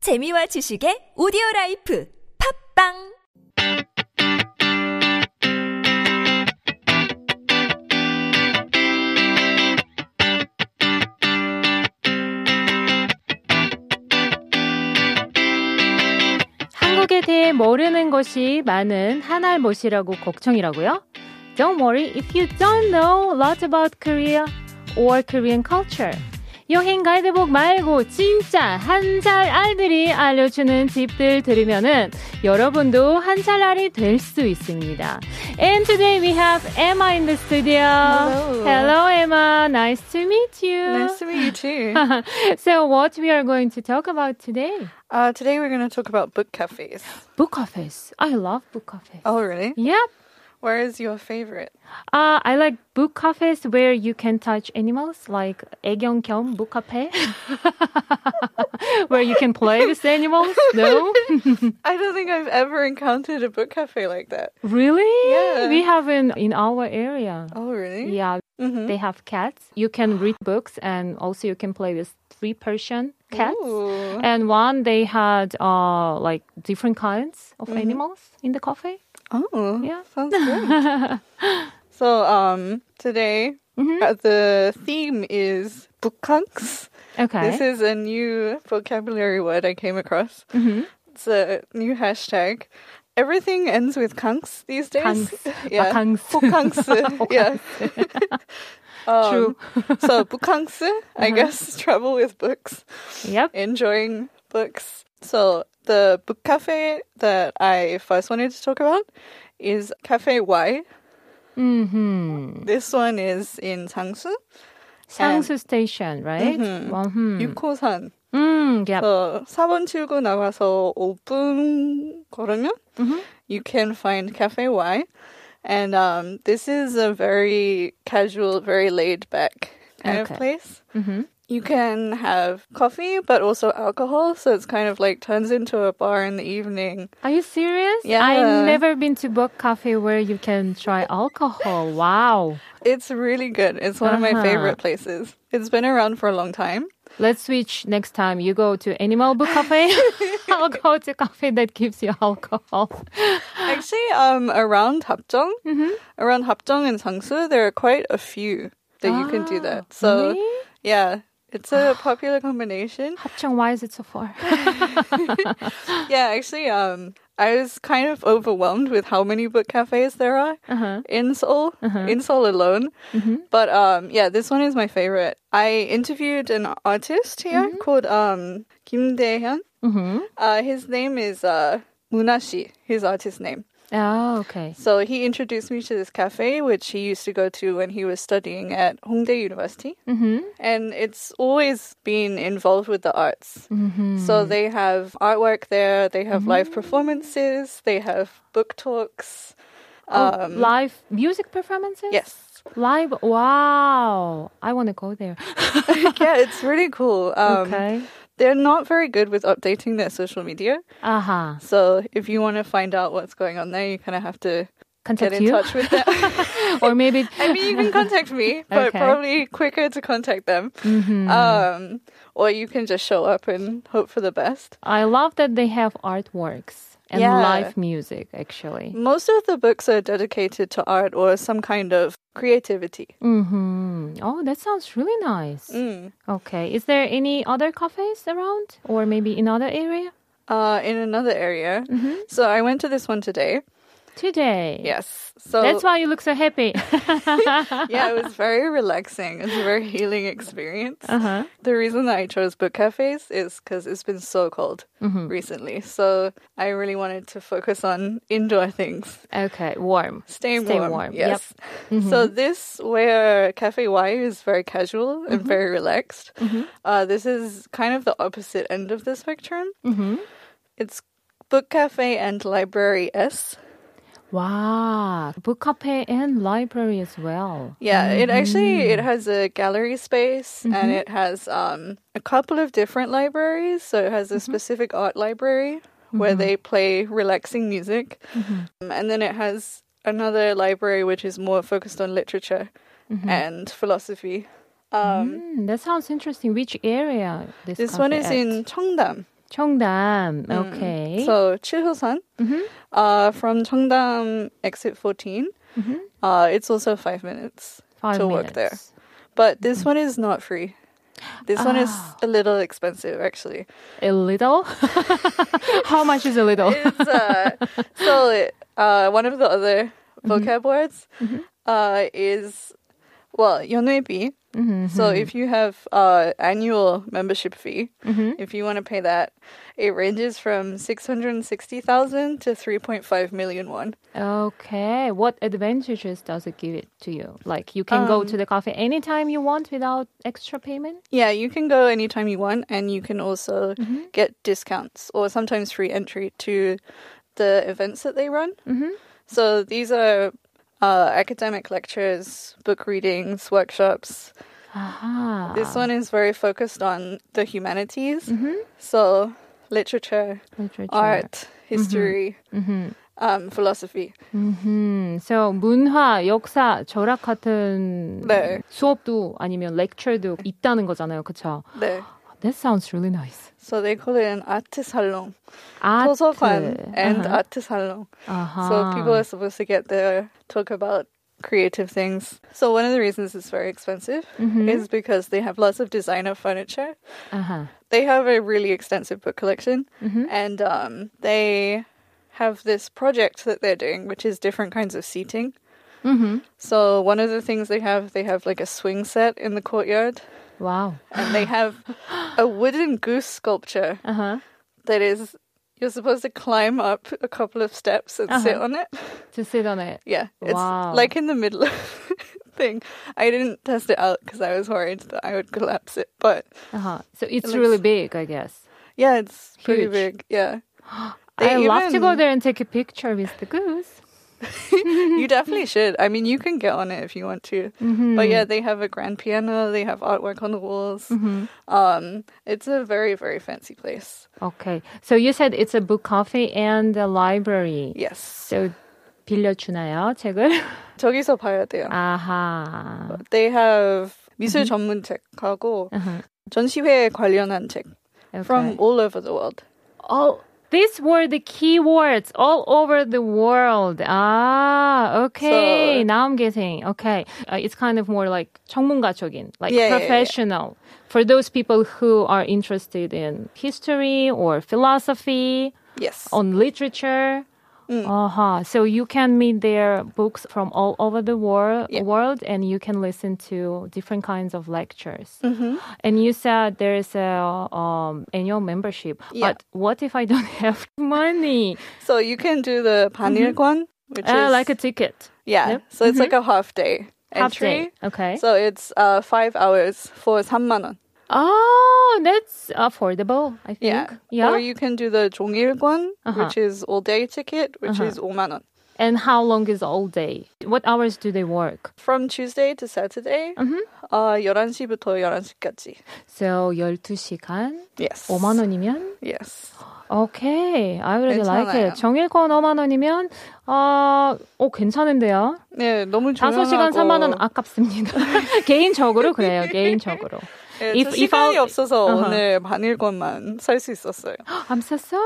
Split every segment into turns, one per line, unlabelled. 재미와 지식의 오디오 라이프 팝빵
한국에 대해 모르는 것이 많은 한알못이라고 걱정이라고요? Don't worry if you don't know lots about Korea or Korean culture. 여행 가이드북 말고 진짜 한 살 알들이 알려주는 팁들 들으면은 여러분도 한 살 알이 될 수 있습니다. And today we have Emma in the studio.
Hello.
Hello, Emma. Nice to meet you.
Nice to meet you too.
so what we are going to talk about today?
uh, today we're going to talk about book cafes.
Book cafes. I love book cafes.
Oh, really?
Yep.
Where is your favorite?
Uh, I like book cafes where you can touch animals, like 애견견 book cafe, where you can play with animals. No,
I don't think I've ever encountered a book cafe like that.
really?
Yeah.
We have in in our area.
Oh, really?
Yeah,
Mm-hmm.
they have cats. You can read books, and also you can play with three person cats.
Ooh.
And one they had uh like different kinds
Mm-hmm.
of animals in the cafe.
Oh,
Yeah.
Sounds good. so, um, today uh, the theme is bookhangs.
Okay.
This is a new vocabulary word I came across.
Mm-hmm.
It's a new hashtag. Everything ends with kangs these days.
Kangs.
Yeah.
Bakangs.
Hokangs. yeah. Um,
True. Mm-hmm.
so, bukangs, I guess, travel with books,
Yep.
enjoying books. So, the book cafe that I first wanted to talk about is Cafe Y.
Mm-hmm.
This one is in Sangsu,
Sangsu Station, right?
Mm-hmm.
Mhm.
Yukosan.
Mm, yeah.
어, 4번 출구 나가서 5분 걸으면
Mm-hmm.
you can find Cafe Y. And um, this is a very casual, very laid back kind
Okay.
of place.
hmm
You can have coffee, but also alcohol. So it's kind of like turns into a bar in the evening.
Are you serious?
Yeah.
I've never been to book cafe where you can try alcohol. Wow.
It's really good. It's one of my
Uh-huh.
favorite places. It's been around for a long time.
Let's switch next time. You go to animal book cafe. I'll go to cafe that gives you alcohol.
Actually, um, around Hapjeong,
Mm-hmm.
around Hapjeong and Sangsu, there are quite a few that you can do that. So,
Ah, really?
yeah, it's a popular combination.
합정, why is it so far?
Yeah, actually, um, I was kind of overwhelmed with how many book cafes there are in Seoul, in Seoul alone. But um, yeah, this one is my favorite. I interviewed an artist here called um, Kim Dae-hyun.
mm-hmm.
Uh, his name is uh, Munashi, his artist name.
Oh, okay.
So he introduced me to this cafe, which he used to go to when he was studying at Hongdae University.
Mm-hmm.
And it's always been involved with the arts.
Mm-hmm.
So they have artwork there, they have live performances, they have book talks.
oh,
Um,
live music performances?
yes.
Live? Wow. I want to go there.
yeah, it's really cool. Um,
okay.
They're not very good with updating their social media.
Uh-huh.
So if you want to find out what's going on there, you kind of have to
Contact
get in
you?
touch with them.
or maybe...
I mean, you can contact me, but
Okay. Mm-hmm.
probably quicker to contact them. Um, or you can just show up and hope for the best.
I love that they have artworks and
Yeah.
live music, actually.
Most of the books are dedicated to art or some kind of creativity.
hmm Oh, that sounds really nice.
Mm.
Okay. Is there any other cafes around or maybe in other area?
Uh, in another area.
Mm-hmm.
So I went to this one today.
Today.
Yes. So
That's why you look so happy.
yeah, it was very relaxing. It's a very healing experience.
uh-huh.
The reason that I chose book cafes is because it's been so cold
Mm-hmm.
recently. So I really wanted to focus on indoor things.
Okay. Warm.
Staying
Stay
warm.
warm, yep. Mm-hmm.
Yes. So this where Cafe Y is very casual and
Mm-hmm.
very relaxed. Uh, this is kind of the opposite end of the spectrum.
Mhm.
It's book cafe and library S.
Wow. Book cafe and library as well.
Yeah, it actually it
Mm.
has a gallery space
Mm-hmm.
and it has um, a couple of different libraries. So it has
Mm-hmm.
a specific art library where they play relaxing music,
Mm-hmm.
Um, and then it has another library which is more focused on literature
Mm-hmm.
and philosophy. Um,
Mm, that sounds Hmm, interesting. Which area? This,
This
cafe
one is
at?
in Cheongdam.
Cheongdam. Okay.
So Chihosan
Mhm.
uh, from Cheongdam exit 14. Uh, it's also five minutes
Mm-hmm. Five
to
minutes.
work there. But this one is not free. This one is a little expensive, actually.
A little? How much is a little?
It's, uh, so uh, one of the other vocab words uh, is, well, 연회비. So if you have uh, annual membership fee, if you want to pay that, it ranges from 660,000 to 3.5 million won.
Okay. What advantages does it give it to you? Like you can
Um,
go to the cafe anytime you want without extra payment?
Yeah, you can go anytime you want, and you can also get discounts or sometimes free entry to the events that they run. Mm-hmm. So these are uh, academic lectures, book readings, workshops.
Aha.
This one is very focused on the humanities, so Mm-hmm. literature, Mm-hmm.
Literature.
art, history, Um, philosophy.
음, mm-hmm. so 문화, 역사, 절학 같은
네.
수업도 아니면 렉처도 있다는 거잖아요. 그쵸?
There.
That sounds really nice.
So they call it an art salon,
아트.
도서관 and
아하.
art salon.
아하.
So people are supposed to get there, talk about creative things. So one of the reasons it's very expensive is because they have lots of designer furniture.
아하.
They have a really extensive book collection, and um, they have this project that they're doing, which is different kinds of seating.
음흠.
So one of the things they have, they have like a swing set in the courtyard,
와우.
and they have a wooden goose sculpture
아하.
that is. You're supposed to climb up a couple of steps and sit on it.
To sit on it.
Yeah, it's
Wow.
like in the middle of thing. I didn't test it out because I was worried that I would collapse it. But
Uh-huh. So it's
looks-
really big, I guess.
yeah, it's pretty
Huge.
big. Yeah,
I
They
love to
even-
go there and take a picture with the goose. Mm-hmm.
you definitely should. I mean, you can get on it if you want to. But yeah, they have a grand piano. They have artwork on the walls.
Mm-hmm.
Um, it's a very very fancy place.
Okay. So you said it's a book cafe and a library.
Yes,
So 빌려주나요, 책을?
저기서 봐야 돼요.
아하.
They have
Mm-hmm.
미술 전문 책하고 전시회 관련한 책 from
Uh-huh. Okay.
all over the world.
all these were the keywords all over the world. Ah, okay.
So-
now I'm getting. Okay, uh, it's kind of more like 전문가적인, like
Yeah, yeah, yeah.
professional for those people who are interested in history or philosophy
Yes.
on literature.
Mm.
Uh-huh. So you can meet their books from all over the wor-
Yeah.
world and you can listen to different kinds of lectures.
Mm-hmm.
And you said there is a um, annual membership.
Yeah.
But what if I don't have money?
So you can do the panirguan, which
Mm-hmm. Uh,
is
like a ticket.
Yeah.
Yep.
So it's like a half day
Half
entry.
day. Okay.
So it's uh, five hours for 3만 won.
oh, that's affordable, I
Yeah.
think. Yeah. Uh-huh.
Or you can do the 종일권, which is all day ticket, which is 5만 won.
and how long is all day? What hours do they work?
From Tuesday to Saturday,
Mm-hmm.
uh, 11시부터 11시까지.
So 12시간
Yes.
5만 원이면
Yes.
오케이. I really like
괜찮아요.
it. 정일권 5만 원이면 어, 오 괜찮은데요.
네, 너무 조용하고.
5시간 3만 원 아깝습니다. 개인적으로 그래요. 개인적으로.
네,
if-
if,
if
시간이
I'll-
없어서
Uh-huh.
오늘 반일권만 살 수 있었어요.
I'm so sorry.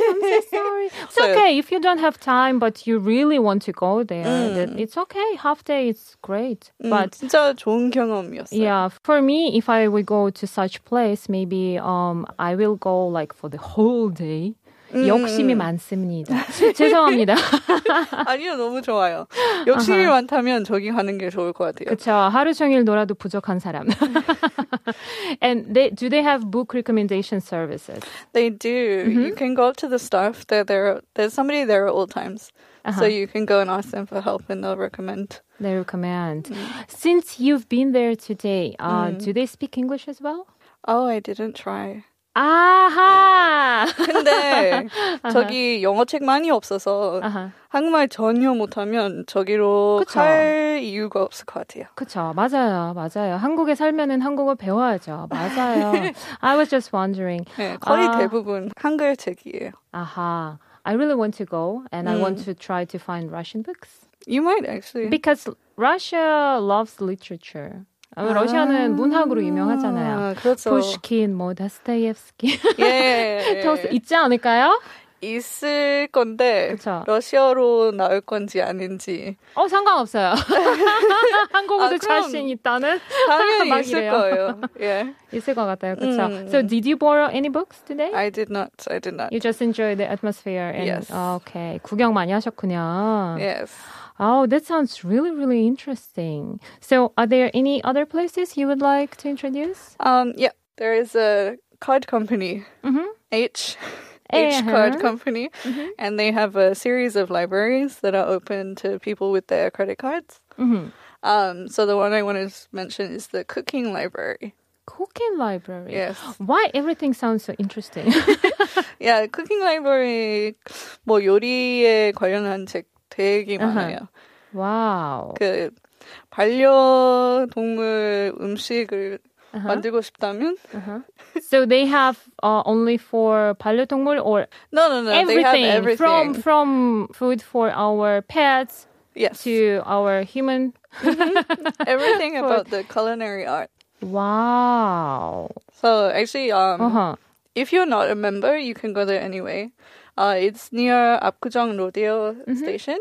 I'm so sorry. It's
So-
okay if you don't have time but you really want to go there. Then it's okay. Half day is great.
음,
But
진짜 좋은 경험이었어요.
Yeah, for me, if I would go to such place, maybe um I will go like for the whole day.
음,
욕심이 많습니다. 죄송합니다.
아니요, 너무 좋아요. 욕심이 많다면 저기 가는 게 좋을 것 같아요.
그쵸. 하루 종일 놀아도 부족한 사람. and they, do they have book recommendation services?
They do. You can go up to the staff. They're there. There's somebody there at all times, so you can go and ask them for help, and they'll recommend.
They recommend. Since you've been there today, uh, do they speak English as well?
Oh, I didn't try.
아하!
근데 저기 영어 책 많이 없어서
아하.
한국말 전혀 못하면 저기로
그쵸.
갈 이유가 없을 것 같아요.
그쵸. 맞아요. 맞아요. 한국에 살면은 한국어 배워야죠. 맞아요. I was just wondering.
네, 거의
아.
대부분 한글 책이에요.
Aha. I really want to go and I want to try to find Russian books
You might actually.
because Russia loves literature. 아마 러시아는 문학으로 유명하잖아요.
아, 그렇죠.
푸시킨, 뭐 다스타이ev스키
예.
토스 있지 않을까요?
있을 건데
그쵸.
러시아로 나올 건지 아닌지
어 상관없어요. 한국어도
아, 그럼.
자신 있다는 막
당연히 있을
이래요.
거예요. 예.
있을 것 같아요. 그렇죠.
음.
So did you borrow any books today?
I did not. I did not.
You just enjoy the atmosphere and
Yes.
아, okay. 구경 많이 하셨군요.
Yes.
Oh, that sounds really really interesting. So are there any other places you would like to introduce?
Um. Yeah. There is a card company.
Mhm.
H. H Card
Uh-huh.
Company, and they have a series of libraries that are open to people with their credit cards.
Mhm.
Um, so the one I want to mention is the cooking library.
Cooking library.
Yes.
Why everything sounds so interesting?
야, 쿠킹 라이브러리 뭐 요리에 관련한 책 되게
Uh-huh.
많아요.
wow.
그 반려동물 음식을
Uh-huh.
만들고 싶다면
So they have uh, only for 반려동물 or
no no no they have everything
from from food for our pets
yes
to our human.
everything about the culinary art.
Wow.
So actually um
Uh huh.
if you're not a member you can go there anyway. Uh it's near 압구정 rodeo
Mm-hmm.
station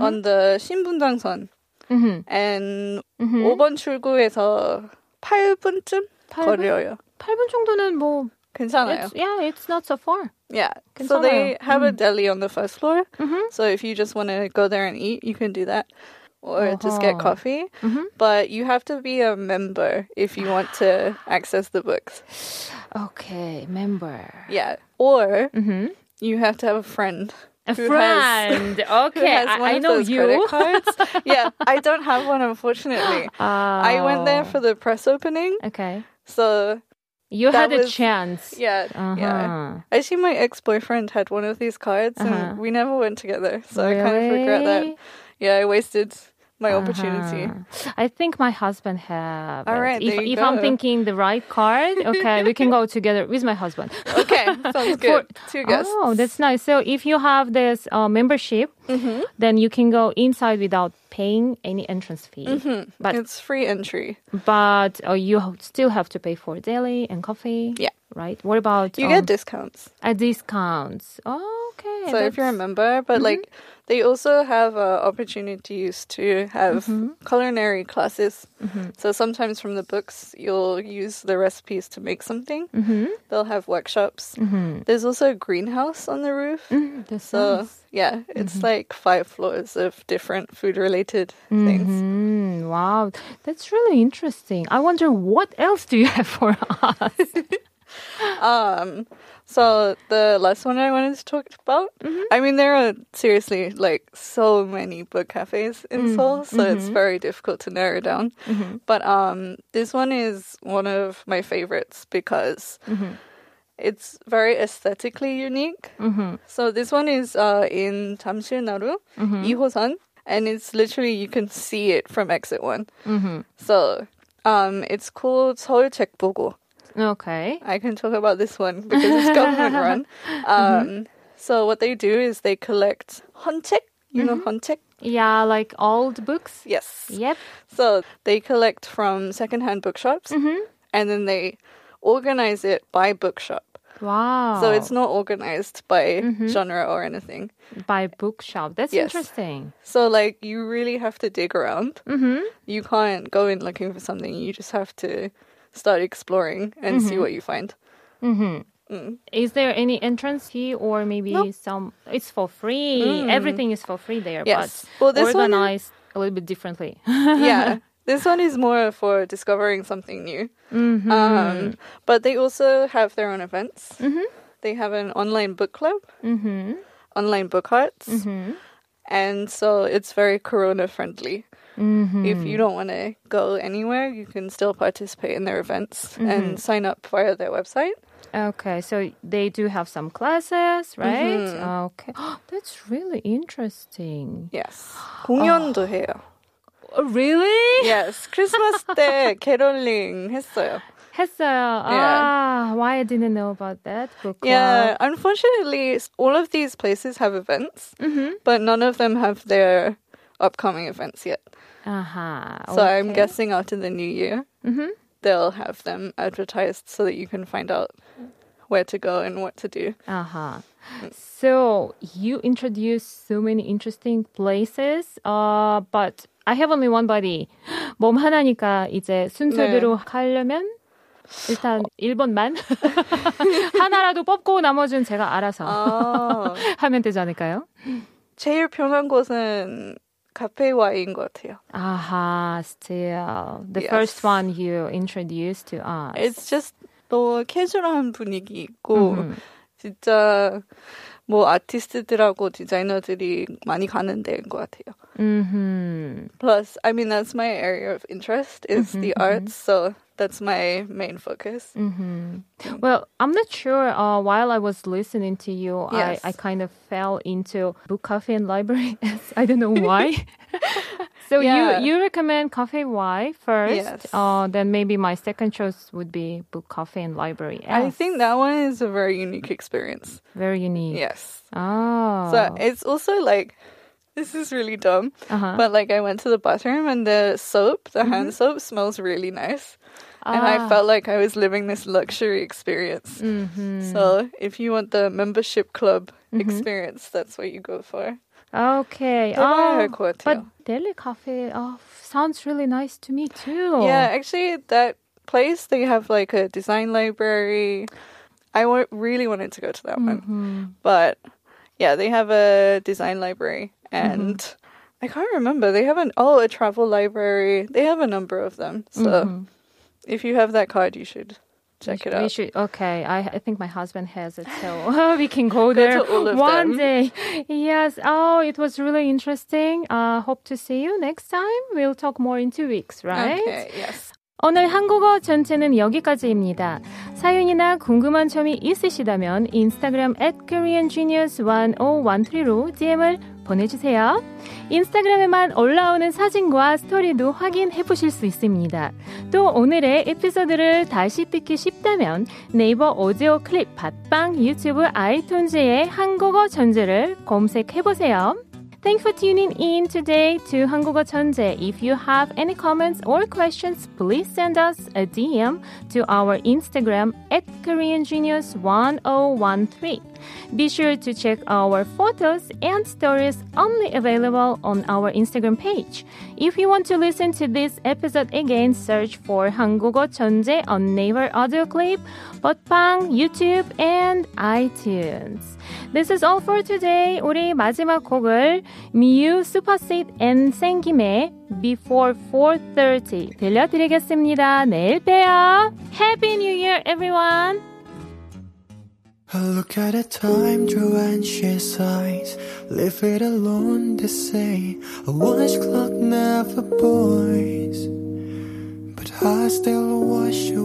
on the 신분당선
Mhm.
and
Mhm.
5번 출구에서 8분쯤
팔 분?
걸려요.
8분 정도는 뭐
괜찮아요.
it's, yeah, it's not so far.
Yeah. So
괜찮아요.
they have a deli on the first floor.
Mm-hmm.
So if you just want to go there and eat, you can do that. Or just get
어허.
coffee.
Mm-hmm.
But you have to be a member if you want to access the books.
Okay, member.
Yeah. Or
Mhm.
you have to have a friend.
A
who Has,
friend.
who
okay,
has
I,
one
I
of
know
those
you.
credit cards. yeah, I don't have one, unfortunately. I went there
Oh.
for the press opening.
Okay.
So,
You had
That
a
was-
chance.
yeah.
Uh-huh.
Yeah. Actually, my ex boyfriend had one of these cards,
Uh-huh.
and we never went together. So I kind of regret
Really?
that. Yeah, I wasted my opportunity.
Uh-huh. I think my husband have. it.
All right,
if
there you
if I'm
go.
thinking the right card, okay, we can go together with my husband.
Okay, sounds good. Two guests.
Oh, that's nice. So if you have this uh, membership,
Mm-hmm.
then you can go inside without paying any entrance fee. But
it's free entry.
but uh, you ho- still have to pay for daily and coffee.
Yeah.
Right. What about
You
um,
get discounts.
a discounts? Oh, okay.
So if you're a
that's- Mm-hmm.
member, but like they also have uh, opportunities to have
Mm-hmm.
culinary classes. So sometimes from the books, you'll use the recipes to make something.
Mm-hmm.
They'll have workshops. There's also a greenhouse on the roof.
that's
So
nice.
yeah, it's like five floors of different food related things.
Mm, wow, that's really interesting. I wonder what else do you have for us?
Um, so the last one I wanted to talk about. I mean, there are seriously like so many book cafes in Seoul, so it's very difficult to narrow down. But um, this one is one of my favorites because. It's very aesthetically unique. So this one is uh, in Tamsilnaru, Ihosan, and it's literally you can see it from exit one. So um, it's called Seoul Checkbogo.
okay.
I can talk about this one because it's government run. Um, So what they do is they collect hontek. You know hontek?
Yeah, like old books.
Yes.
Yep.
So they collect from secondhand bookshops, and then they organize it by bookshop.
Wow.
So it's not organized by genre or anything.
by bookshop. That's
Yes.
interesting.
So like you really have to dig around. Mm-hmm. You can't go in looking for something. You just have to start exploring and see what you find.
Is there any entrance fee or maybe some? It's for free. Everything is for free there.
Mm. Yes.
But
Well, this one-
organized a little bit differently.
yeah. This one is more for discovering something new. Um, but they also have their own events. Mm-hmm. They have an online book club,
mm-hmm.
online book arts, and so it's very corona friendly.
Mm-hmm.
If you don't want to go anywhere, you can still participate in their events and sign up via their website.
Okay, so they do have some classes,
Mm-hmm.
right? Okay, that's really interesting.
Yes. 공연도 해요.
Oh, really?
Yes. Christmas 때 캐롤링 했어요.
했어요.
Yeah.
Ah, why I didn't know about that book club.
Yeah, unfortunately, s- all of these places have events, but none of them have their upcoming events yet.
아하.
So I'm guessing after the new year,
Mhm.
they'll have them advertised so that you can find out where to go and what to do.
Uh-huh. So you introduce so many interesting places, uh, but I have only one body. 몸 하나니까 이제 순서대로 가려면 일단 1번만 하나라도 뽑고 나머지는 제가 알아서
아,
하면 되지 않을까요?
제일 편한 곳은 카페 와인 것 같아요.
아하, still the
Yes.
first one you introduced to us.
It's just 너무 캐주얼한 분위기 있고
음.
진짜 뭐 아티스트들하고 디자이너들이 많이 가는 데인 것 같아요.
음흠.
Plus, I mean that's my area of interest is the arts, so that's my main focus.
Well, I'm not sure. Uh, while I was listening to you,
Yes.
I, I kind of fell into book cafe and library. I don't know why. so
Yeah.
you you recommend cafe Y first,
Yes.
uh, then maybe my second choice would be book cafe and library.
I
Yes.
think that one is a very unique experience.
very unique.
Yes.
Oh,
So it's also like this is really dumb,
Uh-huh. Mm-hmm.
but like I went to the bathroom and the soap, the hand soap, smells really nice, and
Ah.
I felt like I was living this luxury experience.
Mm-hmm.
So if you want the membership club experience, that's what you go for.
okay.
Then I
Oh,
had quite a
but
few.
Delhi cafe oh, sounds really nice to me too.
Yeah, actually, that place they have like a design library. I wa- really wanted to go to that
Mm-hmm.
one, but yeah, they have a design library,
Mm-hmm.
and I can't remember. They have an oh a travel library. They have a number of them. So if you have that card, you should check it
Mm-hmm. We
out.
should. Okay, I, I think my husband has it, so we can go there
to all of
one
them.
day. Yes. Oh, it was really interesting. Uh, hope to see you next time. We'll talk more in two weeks, right?
Okay. Yes.
오늘 한국어 전체는 여기까지입니다. 사연이나 궁금한 점이 있으시다면 인스타그램 at koreangenius1013로 DM을 보내주세요. 인스타그램에만 올라오는 사진과 스토리도 확인해 보실 수 있습니다. 또 오늘의 에피소드를 다시 듣기 쉽다면 네이버 오디오 클립, 팟빵, 유튜브, 아이튠즈에 한국어 전제를 검색해 보세요. Thanks for tuning in today to 한국어 천재. If you have any comments or questions, please send us a DM to our Instagram at KoreanGenius1013. Be sure to check our photos and stories only available on our Instagram page. If you want to listen to this episode again, search for 한국어 천재 on Naver Audio Clip, Botpang, YouTube, and iTunes. This is all for today. 우리 마지막 곡을 미유 슈퍼세이드 앤 생김의 Before 4.30 들려드리겠습니다. 내일 봬요. Happy New Year, everyone!
I look at the time through anxious eyes. Leave it alone to say a watch clock never boys. But I still watch you